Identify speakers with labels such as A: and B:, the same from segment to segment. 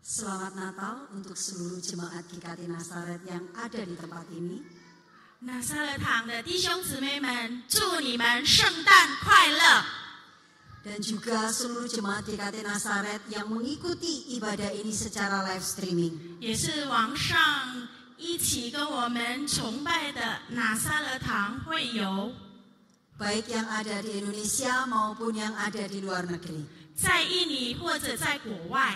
A: Selamat Natal untuk seluruh jemaat GKT Nazaret yang ada di tempat ini.
B: 拿撒勒堂的弟兄姊妹们，祝你们圣诞快乐！
A: Dan juga seluruh jemaat GKT Nazaret yang mengikuti ibadah ini secara live streaming.
B: 也是网上一起跟我们崇拜的拿撒勒堂会友，
A: Baik yang ada di Indonesia maupun yang ada di luar negeri.
B: 在印尼或者在国外，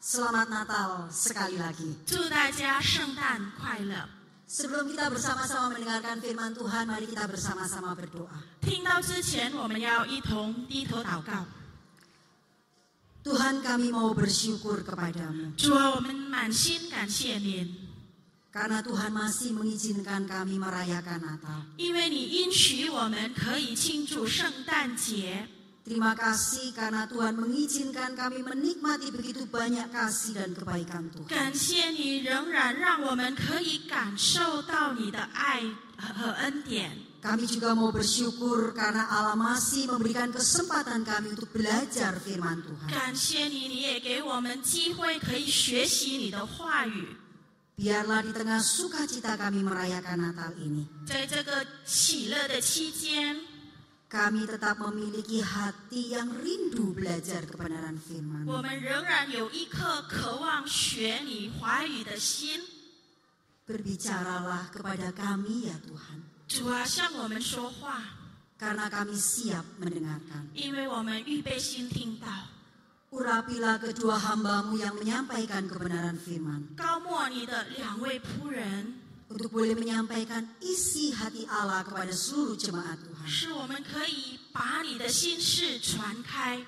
A: Selamat Natal sekali lagi.
B: 祝大家圣诞快乐！
A: Sebelum kita bersama-sama mendengarkan firman Tuhan, mari kita bersama-sama berdoa.
B: 听到之前，我们要一同低头祷告。
A: Tuhan kami mau bersyukur kepadamu.
B: 主啊，我们满心感谢您，
A: Karena Tuhan masih mengizinkan kami merayakan Natal.
B: 因为你应许我们可以庆祝圣诞节。
A: Terima kasih karena Tuhan mengizinkan kami menikmati begitu banyak kasih dan kebaikan Tuhan.
B: 感谢你仍然让我们可以感受到你的爱和和恩典。
A: Kami juga mau bersyukur karena Allah masih memberikan kesempatan kami untuk belajar firman Tuhan.
B: 感谢你，你也给我们机会可以学习你的话语。
A: Biarlah di tengah sukacita kami merayakan Natal ini,
B: 在这个喜乐的期间，
A: kami tetap memiliki hati yang rindu belajar kebenaran firman.
B: 我们仍然有一颗渴望学你话语的心。
A: Berbicaralah kepada kami ya Tuhan,
B: 主啊，向我们说话，
A: karena kami siap mendengarkan.
B: 因为我们预备心听到。
A: Urapilah kedua hambamu yang menyampaikan kebenaran firman.
B: 高莫你的两位仆人，
A: untuk boleh menyampaikan isi hati Allah kepada seluruh jemaat Tuhan.
B: 使我们可以把你的心事传开。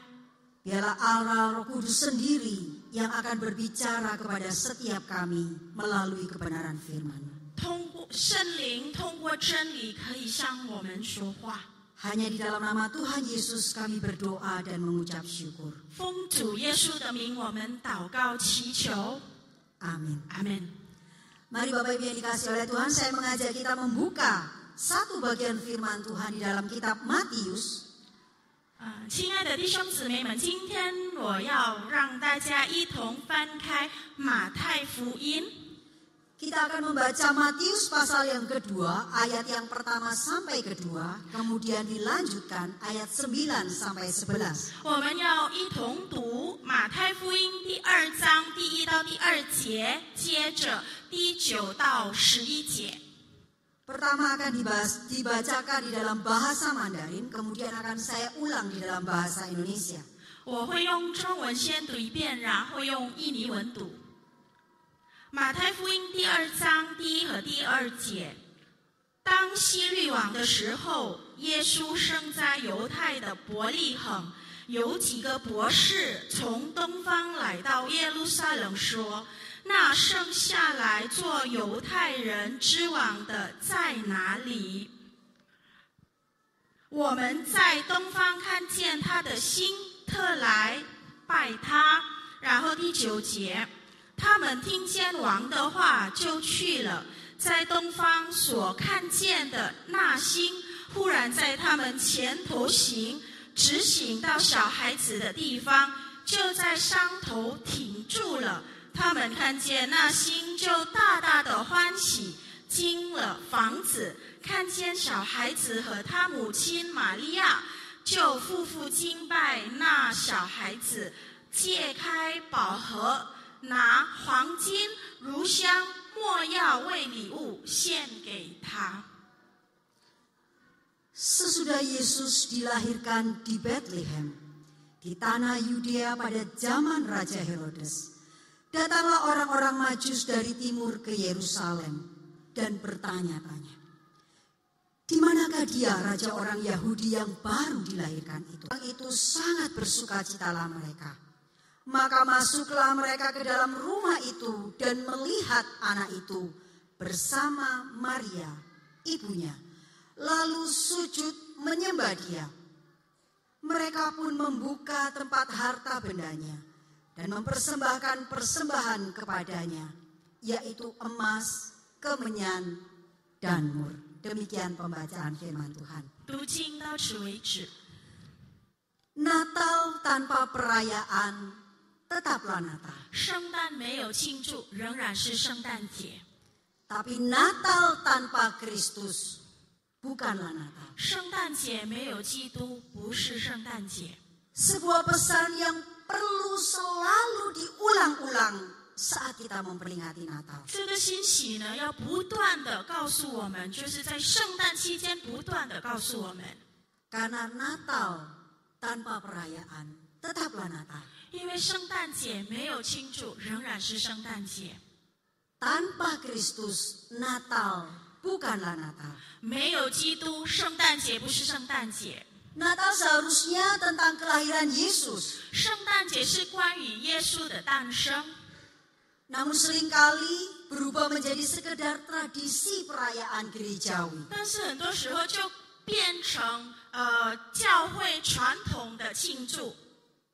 A: Biarlah Allah Roh Kudus sendiri yang akan berbicara kepada setiap kami melalui kebenaran firman.
B: 通过圣灵，通过真理，可以向我们说话。
A: Hanya di dalam nama Tuhan Yesus kami berdoa dan mengucap syukur.
B: 奉主耶稣的名，我们祷告祈求，
A: Amin.
B: 阿门。
A: Mari Bapak Ibu yang dikasih oleh Tuhan, saya mengajak kita membuka satu bagian firman Tuhan di dalam kitab Matius.
B: 啊，亲爱的弟兄姊妹们，今天我要让大家一同翻开马太福音。
A: Kita akan membaca Matius pasal yang kedua, ayat yang pertama sampai kedua, kemudian dilanjutkan ayat 9 sampai 11.
B: 我们要一同读马太福音第二章第一到第二节，接着第九到十一节。
A: Pertama akan dibahas, dibacakan di dalam bahasa Mandarin, kemudian akan saya ulang di dalam bahasa Indonesia.
B: 我会用中文先读一遍，然后用印尼文读。马太福音第二章第一和第二节：当希律王的时候，耶稣生在犹太的伯利恒。有几个博士从东方来到耶路撒冷，说：“那剩下来做犹太人之王的在哪里？”我们在东方看见他的新特来拜他。然后第九节，他们听见王的话就去了，在东方所看见的那星忽然在他们前头行，直行到小孩子的地方，就在山头停住了。他们看见那星，就大大的欢喜，进了房子，看见小孩子和他母亲玛利亚，就夫妇敬拜那小孩子，揭开宝盒，拿黄金、乳香、没药为礼物献给他。
A: Sesudah Yesus dilahirkan di Bethlehem, di tanah Yudea pada zaman Raja Herodes, datanglah orang-orang Majus dari timur ke Yerusalem dan bertanya-tanya, "Di manakah dia, raja orang Yahudi yang baru dilahirkan itu?" Orang itu sangat bersukacitalah mereka. Maka masuklah mereka ke dalam rumah itu dan melihat anak itu bersama Maria, ibunya. Lalu sujud menyembah dia. Mereka pun membuka tempat harta bendanya dan mempersembahkan persembahan kepadanya, yaitu emas, kemenyan, dan mur. Demikian pembacaan firman Tuhan.
B: 读经到此为止。
A: Natal tanpa perayaan tetaplah Natal.
B: 圣诞没有庆祝，仍然是圣诞节；
A: Tapi Natal tanpa Kristus bukanlah Natal.
B: 圣诞节没有基督，不是圣诞节。
A: Sebuah pesan yang perlu selalu diulang-ulang saat kita memperingati Natal.
B: 这个信息呢，要不断的告诉我们，就是在圣诞期间不断的告诉我们，
A: Karena Natal tanpa perayaan tetaplah Natal.
B: 因为圣诞节没有庆祝，仍然是圣诞节；
A: Tanpa Kristus Natal bukanlah Natal.
B: 没有基督，圣诞节不是圣诞节。
A: Natal seharusnya tentang kelahiran Yesus.
B: 圣诞节是关于耶稣的诞生，
A: Namun seringkali berubah menjadi sekedar tradisi perayaan gerejawi.
B: 但是很多时候就变成呃教会传统的庆祝。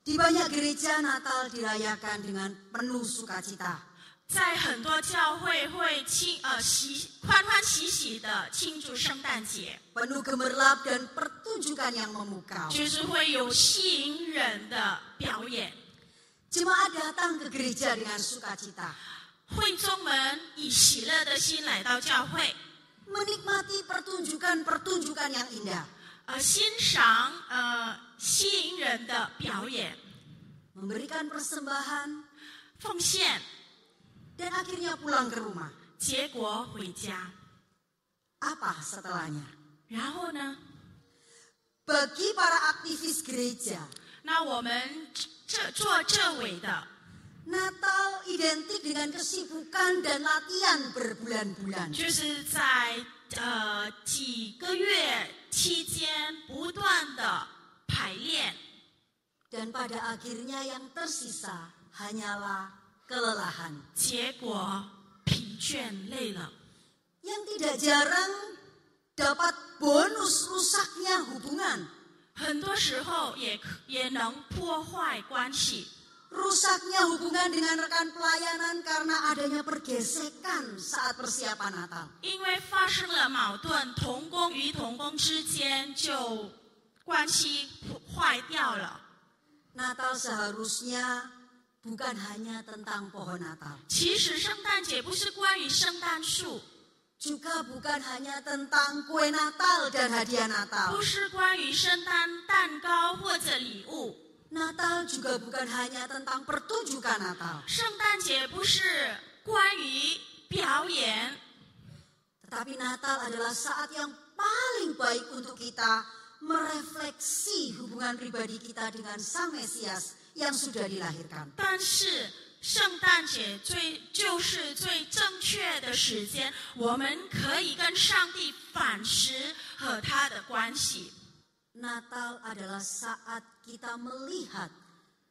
A: Di banyak gereja Natal dirayakan dengan penuh sukacita.
B: 在很多教会会庆呃喜欢欢喜喜的庆祝圣诞节，
A: penuh gemerlap dan pertunjukan yang memukau.
B: 就是会有吸引人的表演。
A: Jemaat datang ke gereja dengan sukacita,
B: 会众们以喜乐的心来到教会，
A: menikmati pertunjukan-pertunjukan yang indah,
B: 呃，欣赏呃吸引人的表演，
A: memberikan persembahan,
B: 奉献，
A: dan akhirnya pulang ke rumah.
B: 结果回家。
A: Apa setelahnya?
B: 然后呢，
A: Bagi para aktivis gereja,
B: 那我们这做这尾的，
A: Natal identik dengan kesibukan dan latihan berbulan-bulan.
B: 就是在呃几个月期间不断的排练，
A: Dan pada akhirnya yang tersisa hanyalah kelelahan.
B: 结果疲倦累了，
A: yang tidak jarang dapat bonus rusaknya hubungan,
B: 很多时候也可也能破坏关系。
A: rusaknya hubungan dengan rekan pelayanan karena adanya pergesekan saat persiapan Natal.
B: 因为发生了矛盾，童工与童工之间就关系坏掉了。
A: Natal seharusnya bukan hanya tentang pohon Natal,
B: 其实圣诞节不是关于圣诞树，
A: juga bukan hanya tentang kue Natal dan hadiah
B: 不
A: Natal.
B: 是关于圣诞蛋糕或者礼物。
A: Natal juga bukan hanya tentang pertunjukan Natal,
B: 圣诞节不是关于表演，
A: tetapi Natal adalah saat yang paling baik untuk kita merefleksi hubungan pribadi kita dengan Sang Mesias yang sudah dilahirkan.
B: 但是圣诞节最就是最正确的时间，我们可以跟上帝反思和他的关系。
A: Natal adalah saat kita melihat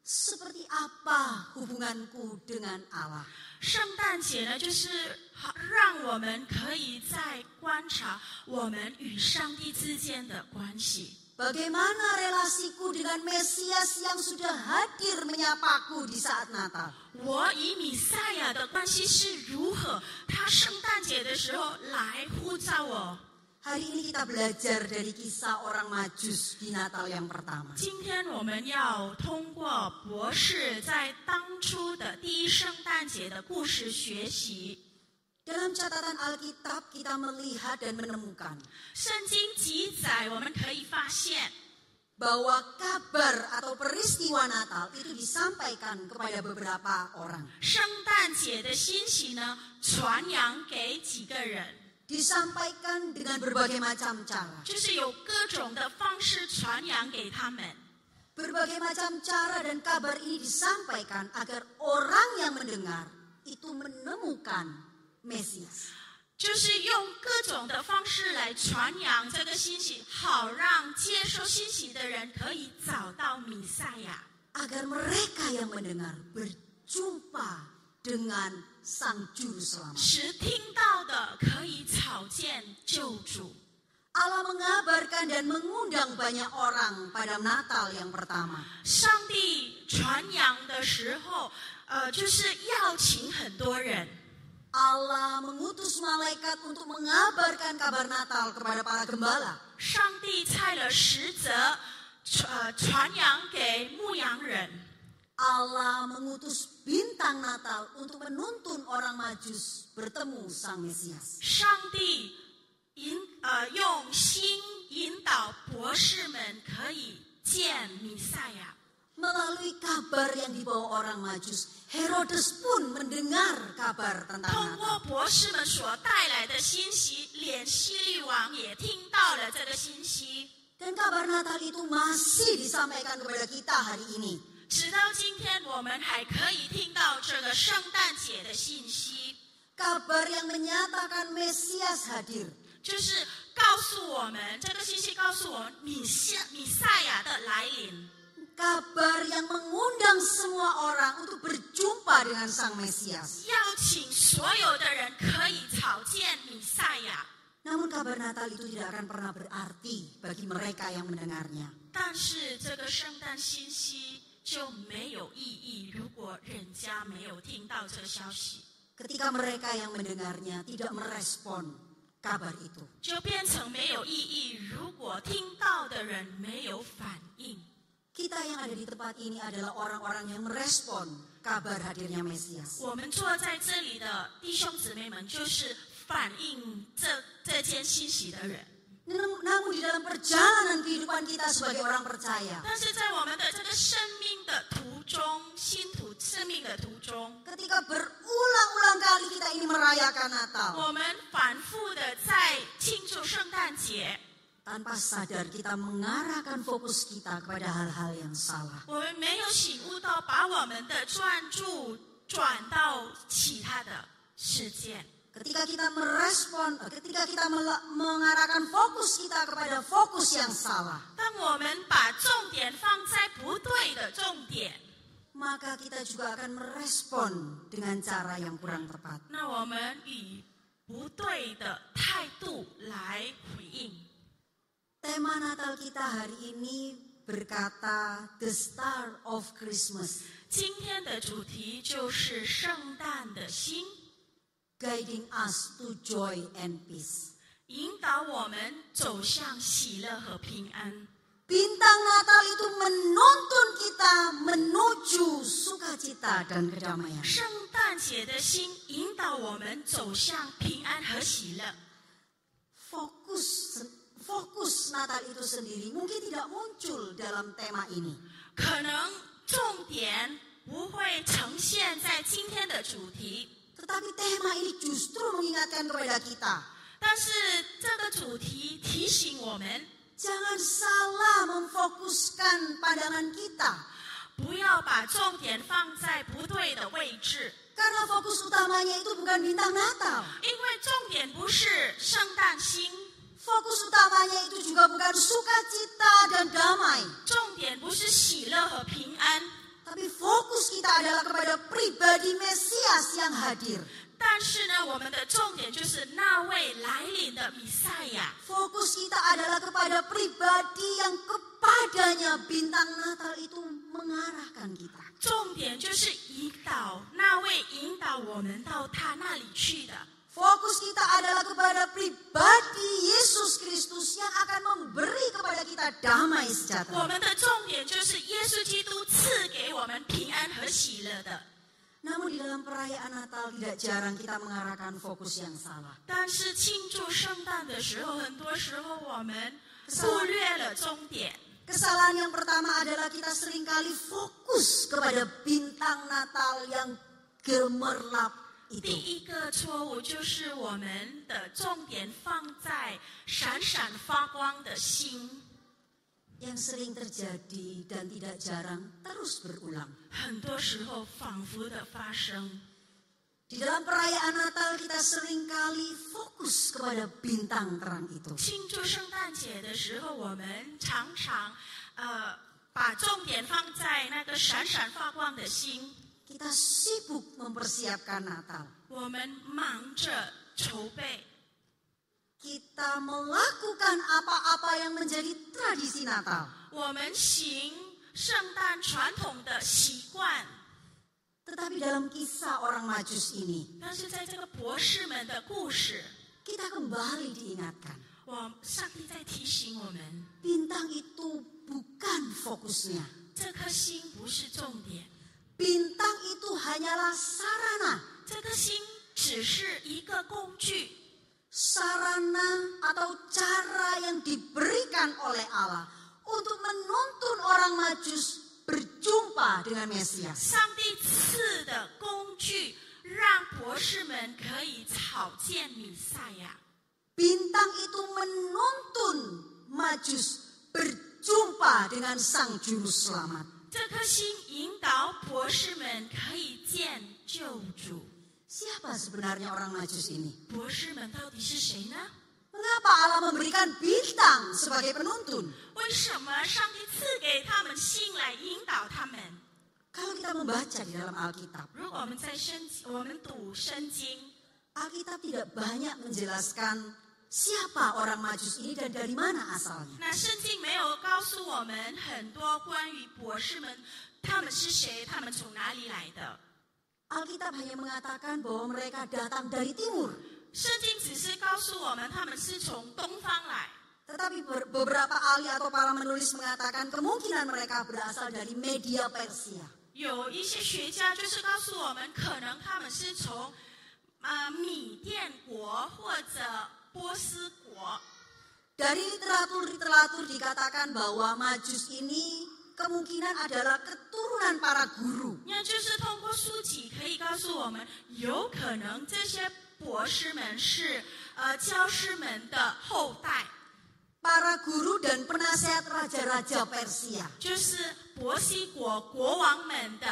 A: seperti apa hubunganku dengan Allah.
B: 圣诞节呢，就是好让我们可以在观察我们与上帝之间的关系，
A: Bagaimana relasiku dengan Mesias yang sudah hadir menyapaku di saat Natal?
B: 我与米赛亚的关系是如何？他圣诞节的时候来呼召我。
A: Hari ini kita belajar dari kisah orang Majus di Natal yang pertama.
B: 今天我们要通过博士在当初的第一圣诞节的故事学习。
A: Dalam catatan Alkitab kita melihat dan menemukan
B: 圣经记载，我们可以发现，
A: bahwa kabar atau peristiwa Natal itu disampaikan kepada beberapa orang.
B: 圣诞节的信息呢，传扬给几个人。
A: Disampaikan dengan berbagai macam cara.
B: 就是有各种的方式传扬给他们。
A: Berbagai macam cara dan kabar ini disampaikan agar orang yang mendengar itu menemukan Mesias.
B: 就是用各种的方式来传扬这个信息，好让接收信息的人可以找到弥赛亚，
A: Agar mereka yang mendengar berjumpa dengan Sang Juru Selamat.
B: 使听到的可以草见救主。
A: Allah mengabarkan dan mengundang banyak orang pada Natal yang pertama.
B: 上帝传扬的时候，呃，就是邀请很多人，
A: Allah mengutus malaikat untuk mengabarkan kabar Natal kepada para gembala.
B: 上帝派了使者，传呃传扬给牧羊人。
A: Allah mengutus bintang Natal untuk menuntun orang Majus bertemu Sang Mesias.
B: 上帝引呃用心引导博士们可以见弥赛亚。
A: Melalui kabar yang dibawa orang Majus, Herodes pun mendengar kabar tentang
B: 通
A: Natal.
B: 过博士们所带来的信息，连希律王也听到了这个信息。
A: Dan kabar Natal itu masih disampaikan kepada kita hari ini.
B: 直到今天，我们还可以听到这个圣诞节的信息，
A: Kabar yang menyatakan Mesias hadir.
B: 就是告诉我们这个信息告诉我们米赛米赛亚的来临，
A: Kabar yang mengundang semua orang untuk berjumpa dengan Sang Mesias.
B: 邀请所有的人可以朝见米赛亚。
A: Namun kabar Natal itu tidak akan pernah berarti bagi mereka yang mendengarnya.
B: 但是这个圣诞信息就没有意义，如果人家没有听到这个消息，
A: Ketika mereka yang mendengarnya tidak merespon kabar itu.
B: 就变成没有意义。如果听到的人没有反应，
A: Kita yang ada di tempat ini adalah orang-orang yang merespon kabar hadirnya Mesias.
B: 我们坐在这里的弟兄姊妹们就是反映这这件信息的人。
A: Nam- Namun di dalam perjalanan kehidupan kita sebagai orang percaya,
B: 但是在我们的这个生命的途中，信徒生命的途中，
A: ketika berulang-ulang kali kita ini merayakan Natal,
B: 我们反复的在庆祝圣诞节，
A: tanpa sadar kita mengarahkan fokus kita kepada hal-hal yang salah.
B: 我们没有醒悟到把我们的专注转到其他的事件。
A: Ketika kita merespon, eh, ketika kita mele- mengarahkan fokus kita kepada fokus yang salah,
B: 当我们把重点放在不对的重点，
A: maka kita juga akan merespon dengan cara yang kurang tepat.
B: 那我们以不对的态度来回应。
A: Tema Natal kita hari ini berkata The Star of Christmas,
B: 今天的主题就是圣诞的心，
A: guiding us to joy and peace.
B: 引导我们走向喜乐和平安。
A: Bintang Natal itu menuntun kita menuju sukacita dan kedamaian.
B: 圣诞节的心引导我们走向平安和喜乐。
A: Fokus fokus Natal itu sendiri mungkin tidak muncul dalam tema ini.
B: 可能重点不会呈现在今天的主题，
A: Tetapi tema ini justru mengingatkan kepada kita
B: 但是这个主题提醒我们，
A: Jangan salah memfokuskan pandangan kita.
B: 不要把重点放在不对的位置，
A: Karena fokus utamanya itu bukan bintang Natal.
B: 因为重点不是圣诞星，
A: Fokus utamanya itu juga bukan sukacita dan damai.
B: 重点不是喜乐和平安，
A: Tapi fokus kita adalah kepada pribadi Mesias yang hadir.
B: 但是呢，我们的重点就是那位来临的弥赛亚。
A: Fokus kita adalah kepada pribadi yang kepadanya bintang Natal itu mengarahkan kita.
B: 重点就是引导那位引导我们到他那里去的。
A: Fokus kita adalah kepada pribadi Yesus Kristus yang akan memberi kepada kita damai
B: 我
A: sejahtera.
B: 们的重点就是耶稣基督赐给我们平安和喜乐的。
A: Namun di dalam perayaan Natal tidak jarang kita mengarahkan fokus yang salah.
B: 但是庆祝圣诞的时候，很多时候我们忽略了终点。
A: Kesalahan yang pertama adalah kita seringkali fokus kepada bintang Natal yang gemerlap
B: 第
A: itu.
B: 一个错误就是我们的重点放在闪闪发光的星。
A: Yang sering terjadi dan tidak jarang terus berulang.
B: 很多时候仿佛的发生。
A: Di dalam perayaan Natal kita seringkali fokus kepada bintang terang itu.
B: 庆祝圣诞节的时候，我们常常呃把重点放在那个闪闪发光的星，
A: Kita sibuk mempersiapkan Natal.
B: 我们忙着筹备，
A: Kita melakukan apa-apa yang menjadi tradisi Natal.
B: 我们行圣诞传统的习惯。
A: Tetapi dalam kisah orang Majus ini,
B: 但是在这个博士们的故事，
A: kita kembali diingatkan.
B: 我上帝在提醒我们，
A: Bintang itu bukan fokusnya,
B: 这颗星不是重点，
A: Bintang itu hanyalah sarana,
B: 这颗星只是一个工具，
A: sarana atau cara yang diberikan oleh Allah untuk menuntun orang Majus berjumpa dengan Mesias.
B: 上帝赐的工具，让博士们可以草建弥赛亚。
A: Bintang itu menuntun Majus berjumpa dengan Sang Juru Selamat.
B: 这颗星引导博士们可以见救主。
A: Siapa sebenarnya orang Majus ini?
B: 博士们到底是谁呢？
A: Mengapa Allah memberikan bintang sebagai penuntun?
B: 为什么上帝赐给他们信来引导他们？
A: Kalau kita membaca di dalam Alkitab,
B: 如果我们在圣经，我们读圣经，
A: Alkitab tidak banyak menjelaskan siapa orang Majus ini dan dari mana asalnya.
B: 那圣经没有告诉我们很多关于博士们他们是谁，他们从哪里来的。
A: Alkitab hanya mengatakan bahwa mereka datang dari timur,
B: 圣经只是告诉我们他们是从东方来，
A: tetapi ber- beberapa ahli atau para menulis mengatakan kemungkinan mereka berasal dari media Persia.
B: 有一些学家就是告诉我们，可能他们是从啊、呃米甸国或者波斯国。
A: Dari literatur-literatur dikatakan bahwa Majus ini kemungkinan adalah keturunan para guru
B: 那就是通过书籍可以告诉我们，有可能这些博士们是呃教师们的后代，
A: para guru dan penasehat raja-raja Persia.
B: 就是伯西国国王们的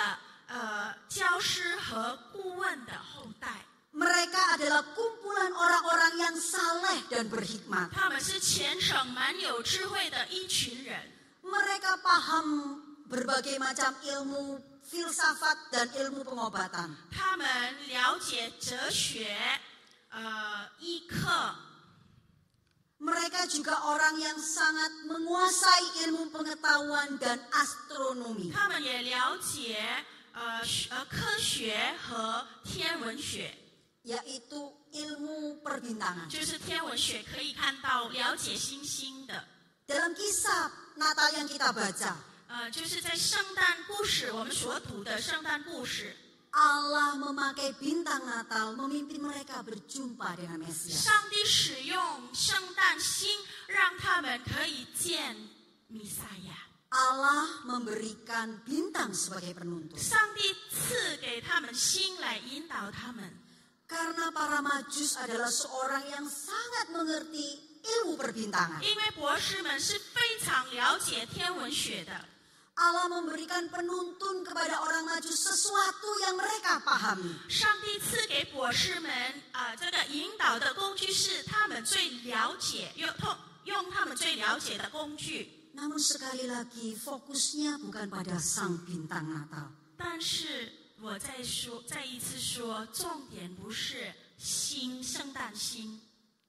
B: 呃教师和顾问的后代。
A: Mereka adalah kumpulan orang-orang yang saleh dan berhikmat.
B: 他们是虔诚蛮有智慧的一群人，
A: Mereka paham berbagai macam ilmu filsafat dan ilmu pengobatan.
B: 他们了解哲学、呃医课，
A: Mereka juga orang yang sangat menguasai ilmu pengetahuan dan astronomi.
B: 他们也了解呃学呃科学和天文学。
A: yaitu ilmu perbintangan.
B: 就是天文学可以看到了解星星的。
A: Dalam kisah Natal yang kita baca,
B: 呃，就是在圣诞故事，我们所读的圣诞故事，
A: Allah memakai bintang Natal memimpin mereka berjumpa dengan Mesias.
B: 上帝使用圣诞星，让他们可以见弥赛亚。
A: Allah memberikan bintang sebagai penuntun.
B: 上帝赐给他们星来引导他们，
A: Karena para majus adalah seorang yang sangat mengerti ilmu perbintangan.
B: 因为博士们是非常了解天文学的。
A: Allah memberikan penuntun kepada orang majus sesuatu yang mereka pahami.
B: 上帝赐给博士们啊、呃这个引导的工具是他们最了解，用通用他们最了解的工具。
A: Namun sekali lagi fokusnya bukan pada sang bintang Natal.
B: 但是我再说，再一次说，重点不是星，圣诞星，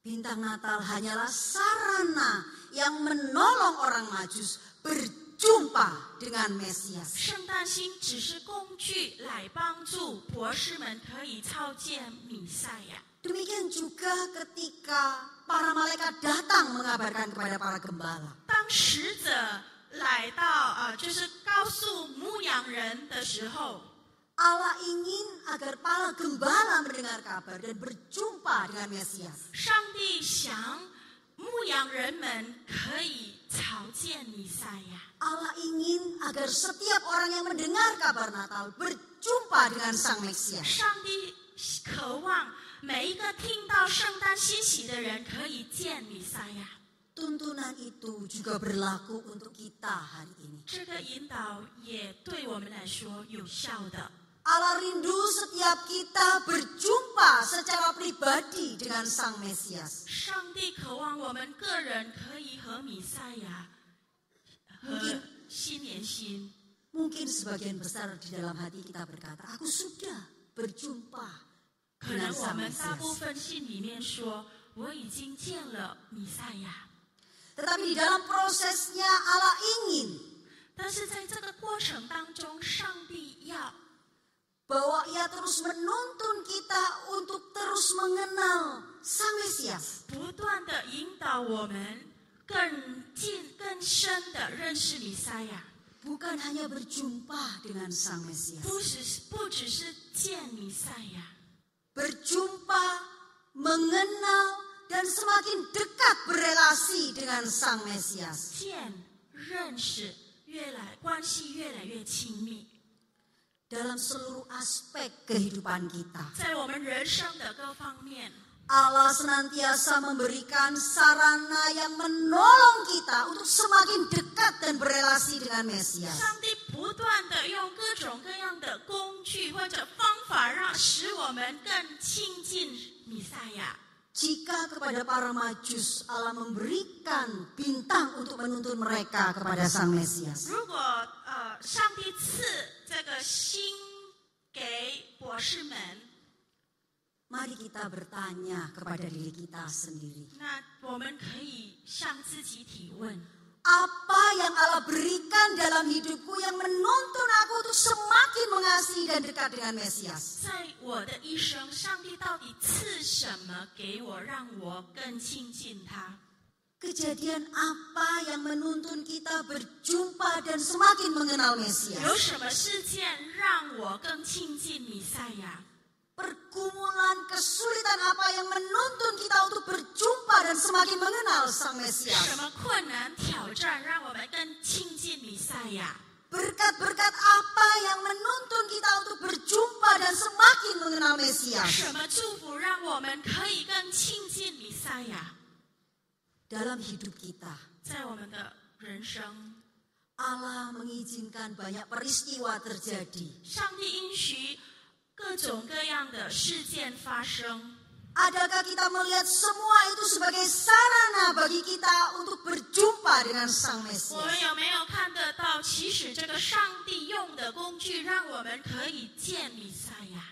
A: Bintang Natal hanyalah sarana yang menolong orang majus berjumpa dengan Mesias.
B: 圣诞星只是工具来帮助博士们可以操建弥赛亚。
A: Demikian juga ketika para malaikat datang mengabarkan kepada para gembala.
B: 当使者来到啊、呃就是告诉牧羊人的时候，
A: Allah ingin agar para gembala mendengar kabar dan berjumpa dengan Mesias.
B: 上帝想牧羊人们可以朝见弥赛亚。
A: Allah ingin agar setiap orang yang mendengar kabar Natal berjumpa dengan Sang Mesias.
B: 上帝渴望每一个听到圣诞信息的人可以见弥赛亚。
A: Tuntunan itu juga berlaku untuk kita hari ini.
B: 这个引导也对我们来说有效的。
A: Allah rindu setiap kita berjumpa secara pribadi dengan Sang Mesias.
B: 上帝渴望我们个人可以和弥赛亚和心连心。
A: Mungkin sebagian besar di dalam hati kita berkata, aku sudah berjumpa
B: 可
A: dengan
B: 能我
A: Sang
B: 们大部
A: Mesias.
B: 分信里面说我已经见了弥赛亚，
A: Tetapi di dalam prosesnya Allah ingin
B: 但是在这个过程当中，上帝要
A: bahwa ia terus menuntun kita untuk terus mengenal Sang Mesias.
B: 不断的引导我们更近、更深的认识弥赛亚。
A: bukan hanya berjumpa dengan Sang Mesias,
B: 不只是不只是见弥赛亚，
A: berjumpa, mengenal, dan semakin dekat berelasi dengan Sang Mesias.
B: 见认识越来关系越来越亲密，
A: Dalam seluruh aspek kehidupan kita,
B: 在我们人生的各方面，
A: Allah senantiasa memberikan sarana yang menolong kita untuk semakin dekat dan berelasi dengan Mesias.
B: 上帝不断的用各种各样的工具或者方法，让使我们更亲近弥赛亚。
A: Jika kepada para majus Allah memberikan bintang untuk menuntun mereka kepada Sang Mesias.
B: 如果呃，上帝赐这个心给博士们，
A: Mari kita bertanya kepada diri kita sendiri.
B: 那我们可以向自己提问：
A: Apa yang Allah berikan dalam hidupku yang menuntun aku untuk semakin mengasihi dan dekat dengan Mesias?
B: 在我的一生，上帝到底赐什么给我，让我更亲近他？
A: Kejadian apa yang menuntun kita berjumpa dan semakin mengenal
B: 有
A: Mesias?
B: 什么事件让我更亲近弥赛亚？
A: Pergumulan kesulitan apa yang menuntun kita untuk berjumpa dan semakin mengenal Sang
B: 什
A: Mesias?
B: 么困难挑战让我们更亲近弥赛亚？
A: Berkat-berkat apa yang menuntun kita untuk berjumpa dan semakin mengenal Mesias?
B: 什么祝福让我们可以更亲近弥赛亚？
A: Dalam hidup kita,
B: 在我们的人生。
A: Allah mengizinkan banyak peristiwa terjadi.
B: 上帝应许各种各样的事件发生，
A: Adakah kita melihat semua itu sebagai sarana bagi kita untuk berjumpa dengan Sang
B: 我
A: Mesias?
B: 们有没有看得到？其实这个上帝用的工具，让我们可以见弥赛亚，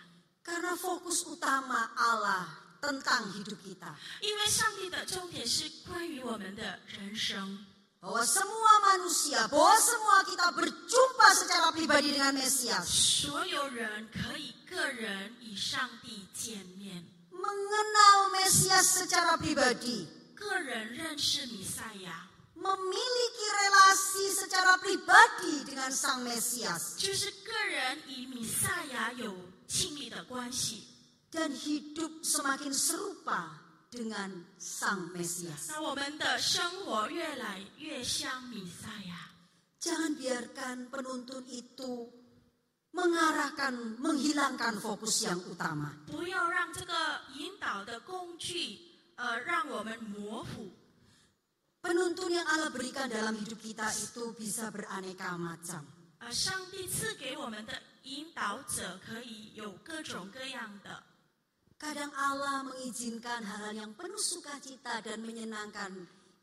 A: Karena fokus utama Allah tentang hidup kita.
B: 因为上帝的重点是关于我们的人生。
A: Bahwa semua manusia, bahwa semua kita berjumpa secara pribadi dengan Mesias.
B: 所有人可以个人与上帝见面，
A: Mengenal Mesias secara pribadi.
B: 个人认识弥赛亚，
A: Memiliki relasi secara pribadi dengan Sang Mesias.
B: 就是个人与弥赛亚有亲密的关系。
A: Dan hidup semakin serupa dengan Sang Mesias.
B: 那我们的生活越来越像弥赛亚。
A: Jangan biarkan penuntun itu mengarahkan, menghilangkan fokus yang utama.
B: 不要让这个引导的工具，呃，让我们模糊。
A: Penuntun yang Allah berikan dalam hidup kita itu bisa beraneka macam.
B: 呃，上帝赐给我们的引导者可以有各种各样的，
A: Kadang Allah mengizinkan hal-hal yang penuh sukacita dan menyenangkan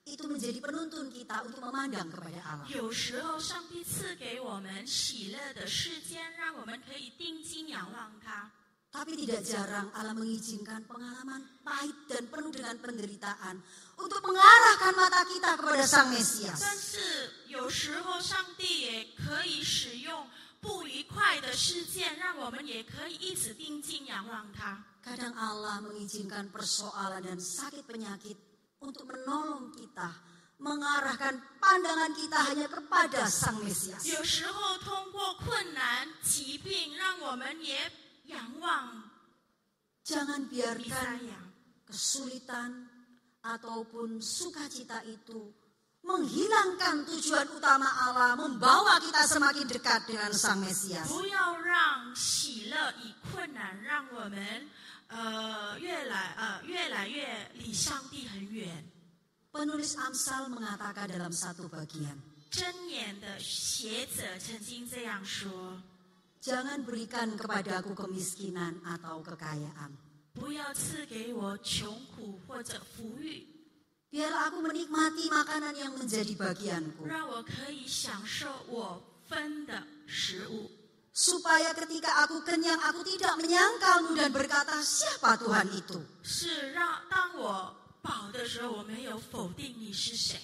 A: itu menjadi penuntun kita untuk memandang kepada Allah.
B: 有时候上帝赐给我们喜乐的事件，让我们可以定睛仰望他。
A: Tapi tidak jarang Allah mengizinkan pengalaman pahit dan penuh dengan penderitaan untuk mengarahkan mata kita kepada Sang
B: 但
A: Mesias.
B: 是有时候上帝也可以使用不愉快的事件，让我们也可以一直定睛仰望他。
A: Kadang Allah mengizinkan persoalan dan sakit penyakit untuk menolong kita mengarahkan pandangan kita hanya kepada Sang Mesias.
B: 有时候通过困难、疾病，让我们也仰望
A: Jangan
B: 弥赛
A: biarkan
B: 亚。
A: kesulitan ataupun sukacita itu menghilangkan tujuan utama Allah membawa kita semakin dekat dengan Sang Mesias.
B: 不要让喜乐与困难让我们呃越来呃越来越离上帝很远。
A: Penulis Amsal mengatakan dalam satu bagian,
B: 箴言的学者曾经这样说：
A: "Jangan berikan kepadaku kemiskinan atau kekayaan.
B: 不要赐给我穷苦或者富裕，
A: Biarlah aku menikmati makanan yang menjadi bagianku,
B: 让我可以享受我分的食物。
A: supaya ketika aku kenyang aku tidak menyangkalmu dan berkata, siapa Tuhan itu?"
B: 是让当我饱的时候，我没有否定你是谁。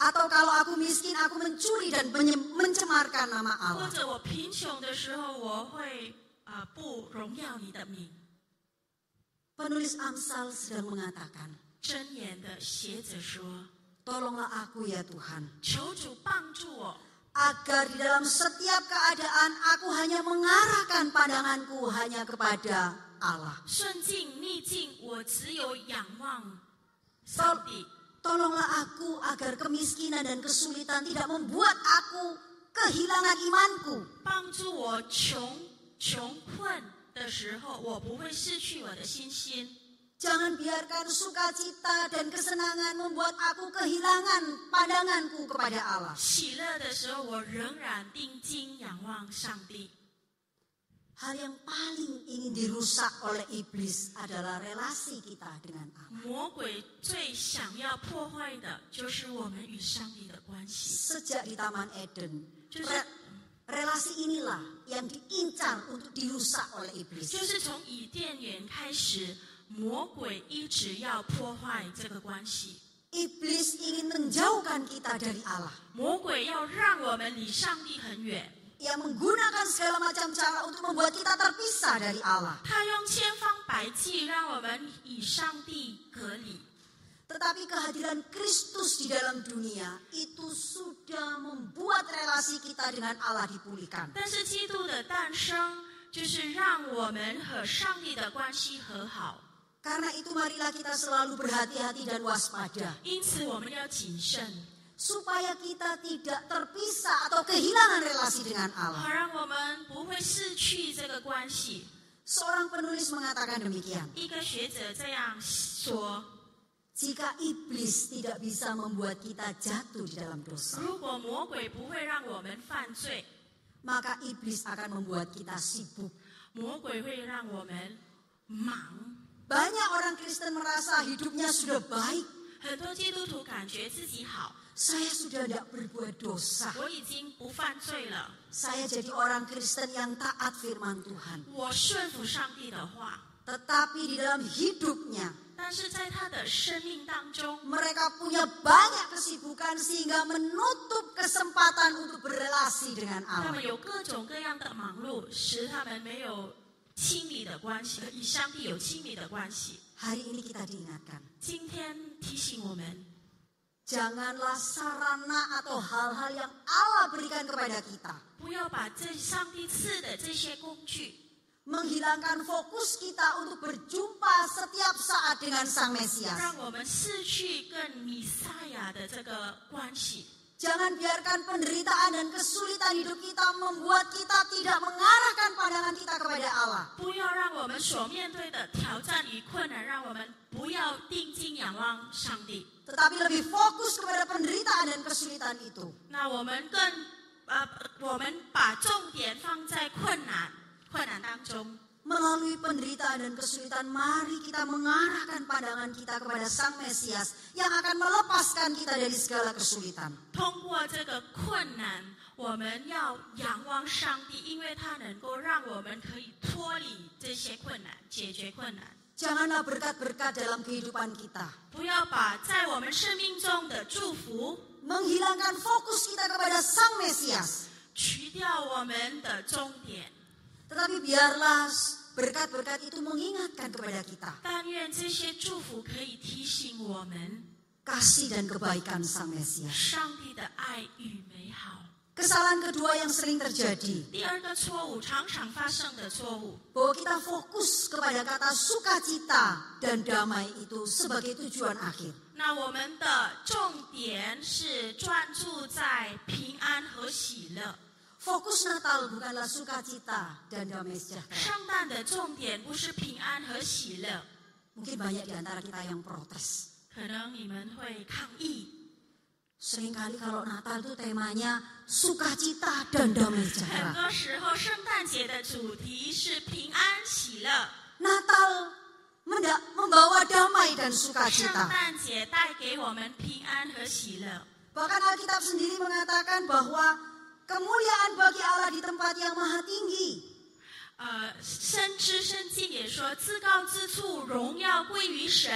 A: Atau kalau aku miskin, aku mencuri dan menye- mencemarkan nama
B: 或
A: Allah.
B: 者我贫穷的时候，我会啊、呃不荣耀你的名。
A: Penulis Amsal sedang mengatakan,
B: 箴言的写者说
A: tolonglah aku ya Tuhan.：“
B: 求主帮助我，
A: agar di dalam setiap keadaan aku hanya mengarahkan pandanganku hanya kepada Allah.
B: 顺境逆境，我只有仰望上
A: Tol-
B: 帝。
A: Tolonglah aku agar kemiskinan dan kesulitan tidak membuat aku kehilangan imanku.
B: 帮助我穷穷困的时候，我不会失去我的信心。
A: Jangan biarkan sukacita dan kesenangan membuat aku kehilangan pandanganku kepada Allah.
B: 喜乐的时候，我仍然定睛仰望上帝。
A: Hal yang paling ingin dirusak oleh iblis adalah relasi kita dengan Allah.
B: 魔鬼最想要破坏的就是我们与上帝的关系。
A: Sejak di Taman Eden,
B: Justru-
A: re- relasi inilah yang diincar untuk dirusak oleh
B: 就
A: iblis.
B: 是从伊甸园开始，魔鬼一直要破坏这个关系。
A: Iblis ingin menjauhkan kita dari Allah.
B: 魔鬼要让我们离上帝很远，
A: Ia menggunakan segala macam cara untuk membuat kita terpisah dari Allah.
B: 他用千方百计让我们与上帝隔离。
A: Tetapi kehadiran Kristus di dalam dunia itu sudah membuat relasi kita dengan Allah dipulihkan.
B: 但是基督的诞生，就是让我们和上帝的关系和好。
A: Karena itu marilah kita selalu berhati-hati dan waspada.
B: 因此，我们要谨慎，
A: Supaya kita tidak terpisah atau kehilangan relasi dengan Allah.
B: 好让我们不会失去这个关系。
A: Seorang penulis mengatakan demikian.
B: 一个学者这样说：
A: Jika iblis tidak bisa membuat kita jatuh di dalam dosa,
B: 如果魔鬼不会让我们犯罪，
A: maka iblis akan membuat kita sibuk.
B: 魔鬼会让我们忙。
A: Banyak orang Kristen merasa hidupnya sudah baik.
B: 很多基督徒感觉自己好，
A: Saya sudah tidak berbuat dosa.
B: 我已经不犯罪了，
A: Saya jadi orang Kristen yang taat firman Tuhan.
B: 我顺服上帝的话。
A: Tetapi di dalam hidupnya
B: 但是在他的生命当中，
A: mereka punya banyak kesibukan sehingga menutup kesempatan untuk berrelasi dengan
B: 他们
A: Allah.
B: 有各种各样的忙碌，使他们没有亲密的关系，与上帝有亲密的关系。
A: Hari ini kita diingatkan.
B: 今天提醒我们，
A: Janganlah sarana atau hal-hal yang Allah berikan kepada kita
B: 不要把这上帝赐的这些工具，
A: menghilangkan fokus kita untuk berjumpa setiap saat dengan Sang Mesias.
B: 让我们失去跟弥赛亚的这个关系。
A: Jangan biarkan penderitaan dan kesulitan hidup kita membuat kita tidak mengarahkan pandangan kita kepada Allah.
B: 不要让我们所面对的挑战与困难，让我们不要定睛仰望上帝。
A: Tetapi lebih fokus kepada penderitaan dan kesulitan itu.
B: 那我们更呃，我们把重点放在困难困难当中。
A: Melalui penderitaan dan kesulitan, mari kita mengarahkan pandangan kita kepada Sang Mesias yang akan melepaskan kita dari segala kesulitan.
B: 通过这个困难，我们要仰望上帝，因为他能够让我们可以脱离这些困难，解决困难。
A: Janganlah berkat-berkat dalam kehidupan kita
B: 不要把在我们生命中的祝福
A: menghilangkan fokus kita kepada Sang Mesias,
B: 取掉我们的终点。
A: tetapi biarlah berkat-berkat itu mengingatkan kepada kita
B: 但愿这些祝福可以提醒我们
A: kasih dan kebaikan Sang Mesias.
B: 上帝的爱与美好。
A: Kesalahan kedua yang sering terjadi
B: 第二个错误，常常发生的错误，
A: bahwa kita fokus kepada kata sukacita dan damai itu sebagai tujuan akhir.
B: 那我们的重点是专注在平安和喜乐。
A: Fokus Natal bukanlah sukacita dan damai sejahtera.
B: 圣诞的重点不是平安和喜乐，
A: Mungkin banyak di antara kita yang protes.
B: 可能你们会抗议。
A: Seringkali kalau Natal itu temanya sukacita dan damai sejahtera.
B: 很多时候，圣诞节的主题是平安喜乐，
A: Natal menda- membawa damai dan
B: 圣
A: sukacita.
B: 诞节带给我们平安和喜乐。
A: Bahkan Alkitab sendiri mengatakan bahwa kemuliaan bagi Allah di tempat yang maha tinggi.
B: 呃，深知深经也说，至高之处荣耀归于神，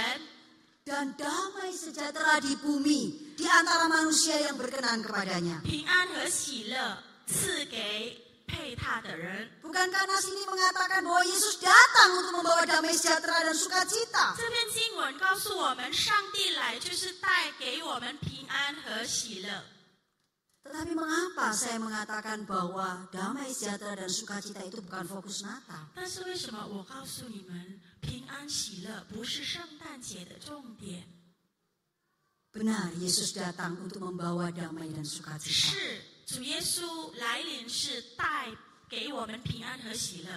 A: Dan damai sejahtera di bumi di antara manusia yang berkenan kepadanya.
B: 平安和喜乐赐给配他的人。
A: Bukankah nas ini mengatakan bahwa Yesus datang untuk membawa damai sejahtera dan sukacita?
B: 这篇经文告诉我们，上帝来就是带给我们平安和喜乐。
A: Tetapi mengapa saya mengatakan bahwa damai sejahtera dan sukacita itu bukan fokus Natal?
B: 但是为什么我告诉你们，平安喜乐不是圣诞节的重点？
A: Benar, Yesus datang untuk membawa damai dan sukacita.
B: 是主耶稣来临是带给我们平安和喜乐，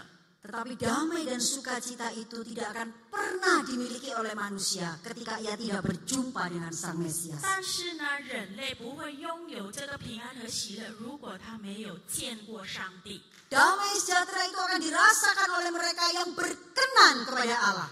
A: Tetapi damai dan sukacita itu tidak akan pernah dimiliki oleh manusia ketika ia tidak berjumpa dengan Sang Mesias.
B: 但是呢，人类不会拥有这个平安和喜乐，如果他没有见过上帝。
A: Damai sejahtera itu akan dirasakan oleh mereka yang berkenan kepada Allah.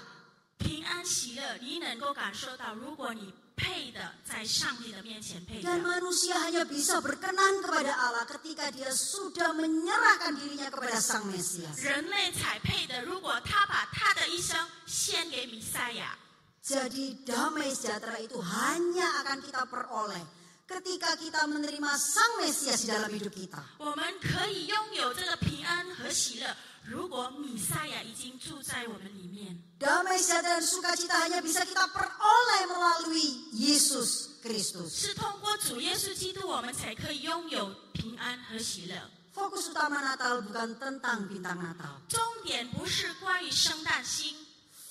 B: 平安喜乐，你能够感受到，如果你配的在上帝的面前配
A: Dan
B: 的，
A: manusia hanya bisa berkenan kepada Allah ketika dia sudah menyerahkan dirinya kepada Sang Mesias.
B: 人类才配的。如果他把他的一生献给弥赛亚，
A: Jadi damai sejahtera itu hanya akan kita peroleh ketika kita menerima Sang Mesias di dalam hidup kita.
B: 我们可以拥有这个平安和喜乐。如果弥赛亚已经住在我们里面，
A: Damai sejahtera dan sukacita hanya bisa kita peroleh melalui Yesus Kristus.
B: 是通过主耶稣基督，我们才可以拥有平安和喜乐。
A: Fokus utama Natal bukan tentang bintang Natal.
B: 重点不是关于圣诞星，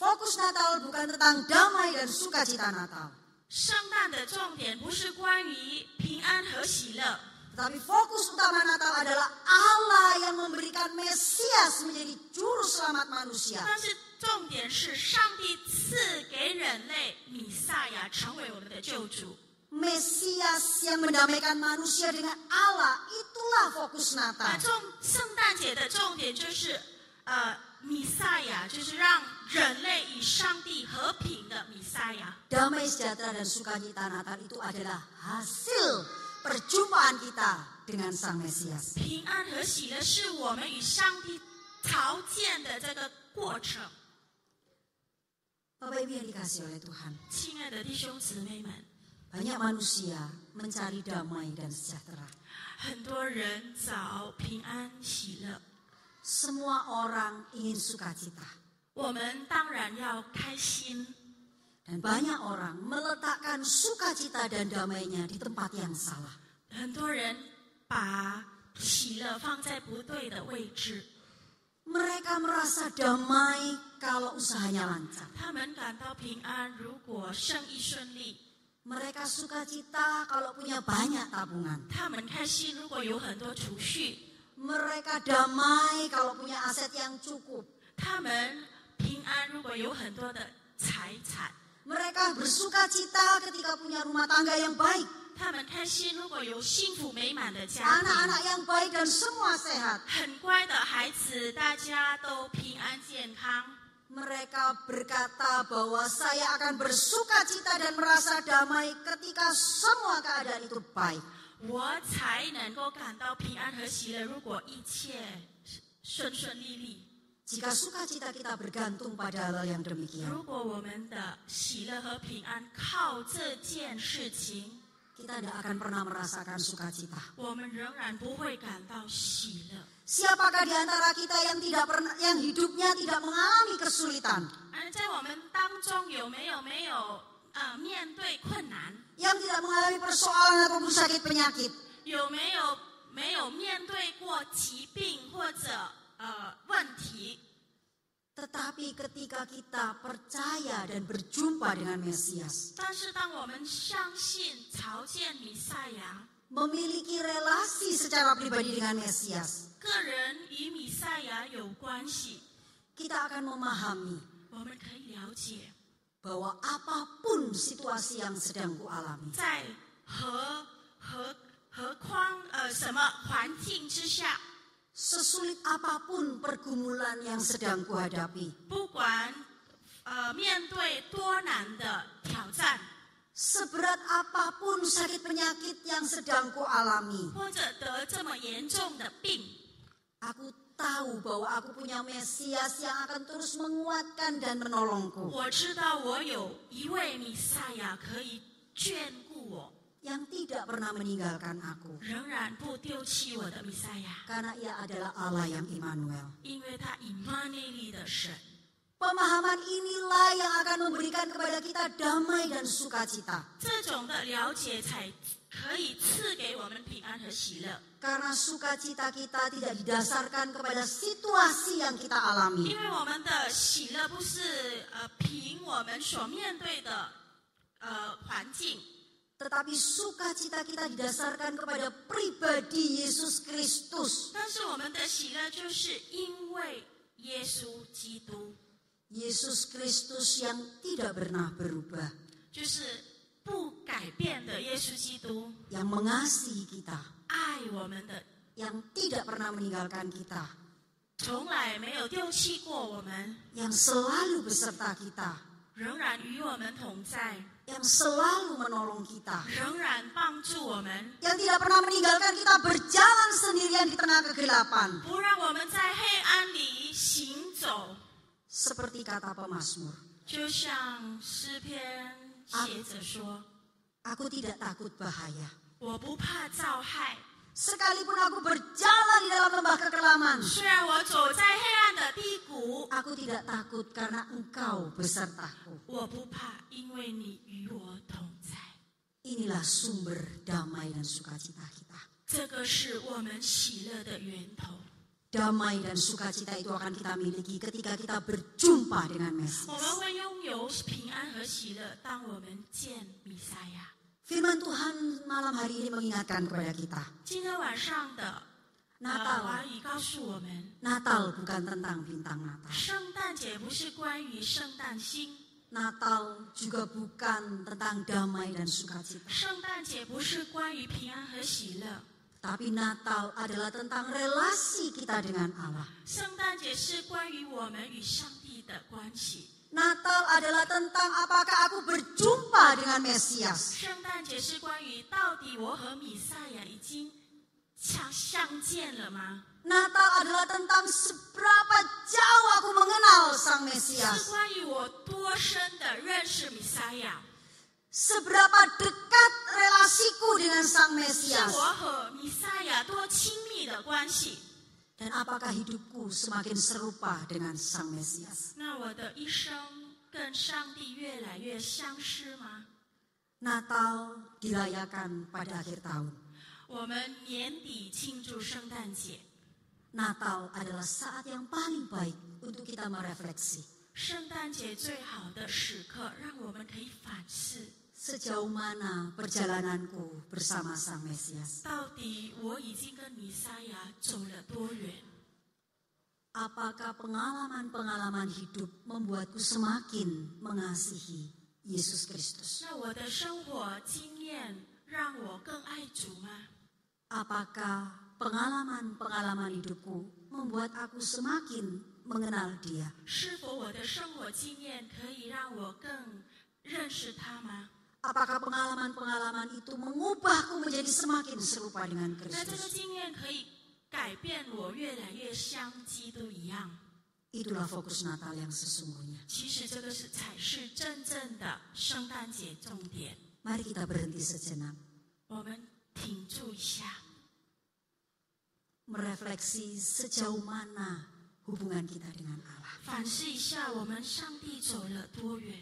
A: Fokus Natal bukan tentang damai dan sukacita Natal.
B: 圣诞的重点不是关于平安和喜乐，
A: Tetapi fokus utama Natal adalah Allah yang memberikan Mesias menjadi juru selamat manusia.
B: 但是重点是上帝赐给人类弥赛亚成为我们的救主。
A: Mesias yang mendamaikan manusia dengan Allah, itulah fokus
B: 那
A: Natal.
B: 重啊圣诞节的重点就是，呃，弥赛亚就是让人类与上帝和平的弥赛亚。
A: Damai sejahtera dan sukacita Natal itu adalah hasil perjumpaan kita dengan Sang Mesias.
B: 平安和喜乐是我们与上帝朝见的这个过程。
A: Bapak Ibu yang dikasih oleh Tuhan,
B: 亲爱的弟兄姊妹们，
A: banyak manusia mencari damai dan sejahtera.
B: 很多人找平安喜乐，
A: Semua orang ingin sukacita.
B: 我们当然要开心。
A: Dan banyak orang meletakkan sukacita dan damainya di tempat yang salah.
B: 很多人把喜乐放在不对的位置，
A: Mereka merasa damai kalau usahanya lancar.
B: 他们感到平安，如果生意顺利；
A: Mereka sukacita kalau punya banyak tabungan.
B: 他们开心，如果有很多储蓄；
A: Mereka damai kalau punya aset yang cukup.
B: 他们平安，如果有很多的财产；
A: Mereka bersukacita ketika punya rumah tangga yang baik,
B: 他们开心，如果有幸福美满的家庭。
A: anak-anak yang baik dan semua sehat.
B: 很乖的孩子，大家都平安健康。
A: Mereka berkata bahwa saya akan bersukacita dan merasa damai ketika semua keadaan itu baik.
B: 我才能够感到平安和喜乐。如果一切顺顺利利，
A: Jika sukacita kita bergantung pada hal yang demikian,
B: 如果我们的喜乐和平安靠这件事情，
A: kita tidak akan pernah merasakan sukacita.
B: 我们仍然不会感到喜乐。
A: Siapakah di antara kita yang tidak pernah yang hidupnya tidak mengalami kesulitan,
B: 而在我们当中有没有没有呃面对困难？
A: yang tidak mengalami persoalan ataupun sakit penyakit?
B: 有没有没有面对过疾病或者呃问题？
A: Tetapi ketika kita percaya dan berjumpa dengan Mesias,
B: 但是当我们相信朝见弥赛亚，
A: memiliki relasi secara pribadi dengan Mesias,
B: 个人与弥赛亚有关系，
A: kita akan memahami
B: 我们可以了解。
A: bahwa apapun situasi yang sedang kualami,
B: 在何何何况呃什么环境之下，
A: sesulit apapun pergumulan yang sedang kuhadapi,
B: 不管呃面对多难的挑战，
A: seberat apapun sakit penyakit yang sedang kualami,
B: 或者得这么严重的病，
A: aku tahu bahwa aku punya Mesias yang akan terus menguatkan dan menolongku,
B: 我知道我有一位弥赛亚可以眷顾我，
A: yang tidak pernah meninggalkan aku,
B: 仍然不丢弃我的弥赛亚，
A: karena ia adalah Allah yang Immanuel.
B: 因为他以曼内利的神。
A: Pemahaman inilah yang akan memberikan kepada kita damai dan sukacita.
B: 这种的了解才可以赐给我们平安和喜乐。
A: Karena sukacita kita tidak didasarkan kepada situasi yang kita alami.
B: 因为我们的喜乐不是呃凭我们所面对的呃环境，
A: Tetapi sukacita kita didasarkan kepada pribadi Yesus Kristus.
B: 但是我们的喜乐就是因为耶稣基督，
A: Yesus Kristus yang tidak pernah berubah.
B: 就是不改变的耶稣基督，
A: Yang mengasihi kita.
B: 爱我们的，
A: Yang tidak pernah meninggalkan kita.
B: 从来没有丢弃过我们，
A: Yang selalu beserta kita.
B: 仍然与我们同在，
A: Yang selalu menolong kita.
B: 仍然帮助我们，
A: Yang tidak pernah meninggalkan kita berjalan sendirian di tengah kegelapan.
B: 不让我们在黑暗里行走，
A: Seperti kata pemazmur.
B: 就像诗篇写着说。
A: Aku tidak takut bahaya.
B: 我不怕遭害，
A: Sekalipun aku berjalan di dalam lembah kekelaman,
B: 虽然我走在黑暗的低谷，
A: aku tidak takut karena engkau besertaku.
B: 我不怕，因为你与我同在。
A: Inilah sumber damai dan sukacita kita.
B: 这个是我们喜乐的源头。
A: Damai dan sukacita itu akan kita miliki ketika kita berjumpa dengan
B: 我
A: Mesias.
B: 们会拥有平安和喜乐，当我们见弥赛亚。
A: Firman Tuhan malam hari ini mengingatkan kepada kita.
B: 今天晚上的呃华
A: Natal,
B: 语告诉我们，
A: Natal bukan tentang bintang Natal.
B: 圣诞节不是关于圣诞星，
A: Natal juga bukan tentang damai dan sukacita.
B: 圣诞节不是关于平安和喜乐，
A: Tapi Natal adalah tentang relasi kita dengan Allah.
B: 圣诞节是关于我们与上帝的关系。
A: Natal adalah tentang apakah aku berjumpa dengan Mesias.
B: 圣诞节是关于到底我和米赛亚已经相相见了吗？
A: Natal adalah tentang seberapa jauh aku mengenal Sang
B: 是
A: Mesias.
B: 关于我多深的认识米赛亚，
A: Seberapa dekat relasiku dengan Sang
B: 是
A: Mesias.
B: 我和米赛亚多亲密的关系。
A: Dan apakah hidupku semakin serupa dengan Sang Mesias.
B: 那我的一生跟上帝越来越相似吗？
A: Natal dirayakan pada akhir tahun.
B: 我们年底庆祝圣诞节，
A: Natal adalah saat yang paling baik untuk kita merefleksi.
B: 圣诞节最好的时刻，让我们可以反思，
A: Sejauh mana perjalananku bersama Sang Mesias.
B: 到底我已经跟米赛亚走了多远？
A: Apakah pengalaman-pengalaman hidup membuatku semakin mengasihi Yesus Kristus?
B: 那我的生活经验让我更爱主吗？
A: Apakah pengalaman-pengalaman hidupku membuat aku semakin mengenal Dia?
B: 是否我的生活经验可以让我更认识他吗？
A: Apakah pengalaman-pengalaman itu mengubahku menjadi semakin serupa dengan
B: 那这个
A: Kristus?
B: 经验可以改变我越来越像基督一样。
A: Itulah fokus Natal yang sesungguhnya.
B: 其实这个是才是真正的圣诞节重点。
A: Mari kita berhenti sejenak,
B: 我们停住一下，
A: merefleksi sejauh mana hubungan kita dengan Allah.
B: 反思一下我们上帝走了多远，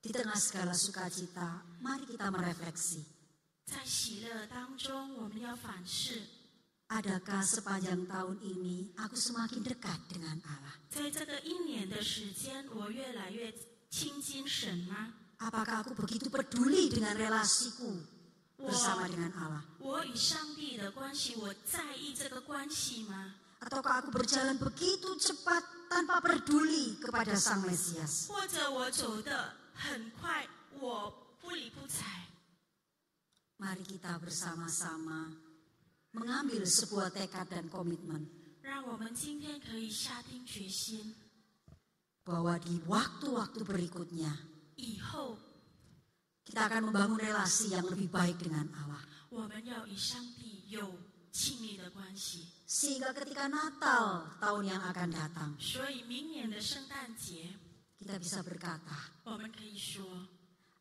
A: Di tengah segala sukacita, mari kita merefleksi.
B: 在喜乐当中我们要反思。
A: Adakah sepanjang tahun ini aku semakin dekat dengan Allah?
B: 在这个一年的时间，我越来越亲近神吗？
A: Apakah aku begitu peduli dengan relasiku bersama
B: 我
A: dengan Allah?
B: 我与上帝的关系，我在意这个关系吗？
A: Ataukah aku berjalan begitu cepat tanpa peduli kepada Sang Mesias?
B: 或者我走的很快，我不理不睬？
A: Mari kita bersama-sama mengambil sebuah tekad dan komitmen
B: 让我们今天可以下定决心，
A: bahwa di waktu-waktu berikutnya
B: 以后
A: kita akan membangun relasi yang lebih baik dengan Allah.
B: 我们要与上帝有亲密的关系。
A: Sehingga ketika Natal tahun yang akan datang,
B: 所以明年的圣诞节，
A: kita bisa berkata,
B: 我们可以说，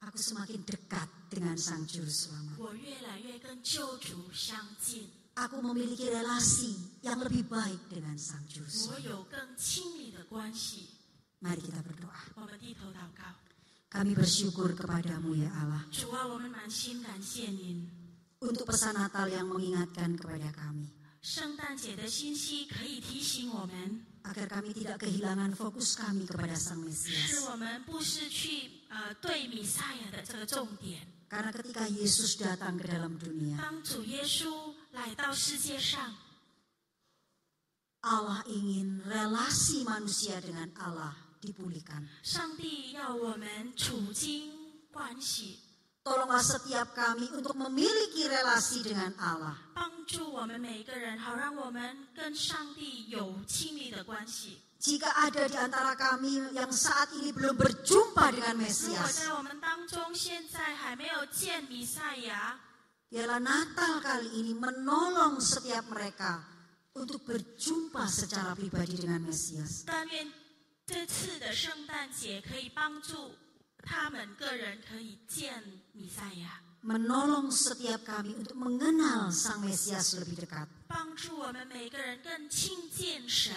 A: Aku semakin dekat dengan Sang Juru Selamat.
B: 我越来越跟救主相近，
A: Aku memiliki relasi yang lebih baik dengan Sang Juru
B: 我
A: Selamat.
B: 有更亲密的关系。
A: Mari kita berdoa.
B: 我们低头祷告，
A: Kami bersyukur kepadamu ya Allah
B: 主啊，我们满心感谢您。
A: untuk pesan Natal yang mengingatkan kepada kami
B: 圣诞节的信息可以提醒我们，
A: agar kami tidak kehilangan fokus kami kepada Sang
B: 使
A: Mesias.
B: 我们不失去呃对弥赛亚的这个重点。
A: Karena ketika Yesus datang ke dalam dunia,
B: 当主耶稣来到世界上，
A: Allah ingin relasi manusia dengan Allah dipulihkan.
B: 上帝要我们处经关系，
A: Tolonglah setiap kami untuk memiliki relasi dengan Allah.
B: 帮助我们每一个人，好让我们跟上帝有亲密的关系。
A: Jika ada di antara kami yang saat ini belum berjumpa dengan
B: 如果
A: Mesias,
B: 在我们当中现在还没有见弥赛亚，
A: biarlah Natal kali ini menolong setiap mereka untuk berjumpa secara pribadi dengan Mesias.
B: 但愿这次的圣诞节可以帮助他们个人可以见弥赛亚，
A: Menolong setiap kami untuk mengenal Sang Mesias lebih dekat.
B: 帮助我们每个人更亲近神，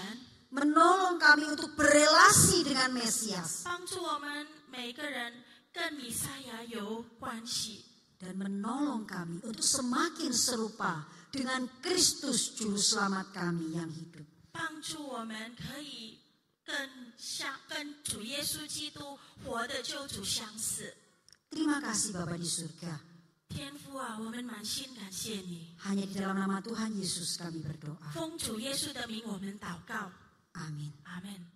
A: Menolong kami untuk berelasi dengan Mesias.
B: 帮助我们每个人跟弥赛亚有关系，
A: Dan menolong kami untuk semakin serupa dengan Kristus Juru Selamat kami yang hidup.
B: 帮助我们可以更像跟主耶稣基督活的救主相似。
A: Terima kasih Bapa di surga.
B: 天父啊，我们满心感谢你，
A: Hanya di dalam nama Tuhan Yesus kami berdoa.
B: 奉主耶稣的名，我们祷告，
A: Amin.
B: 阿门。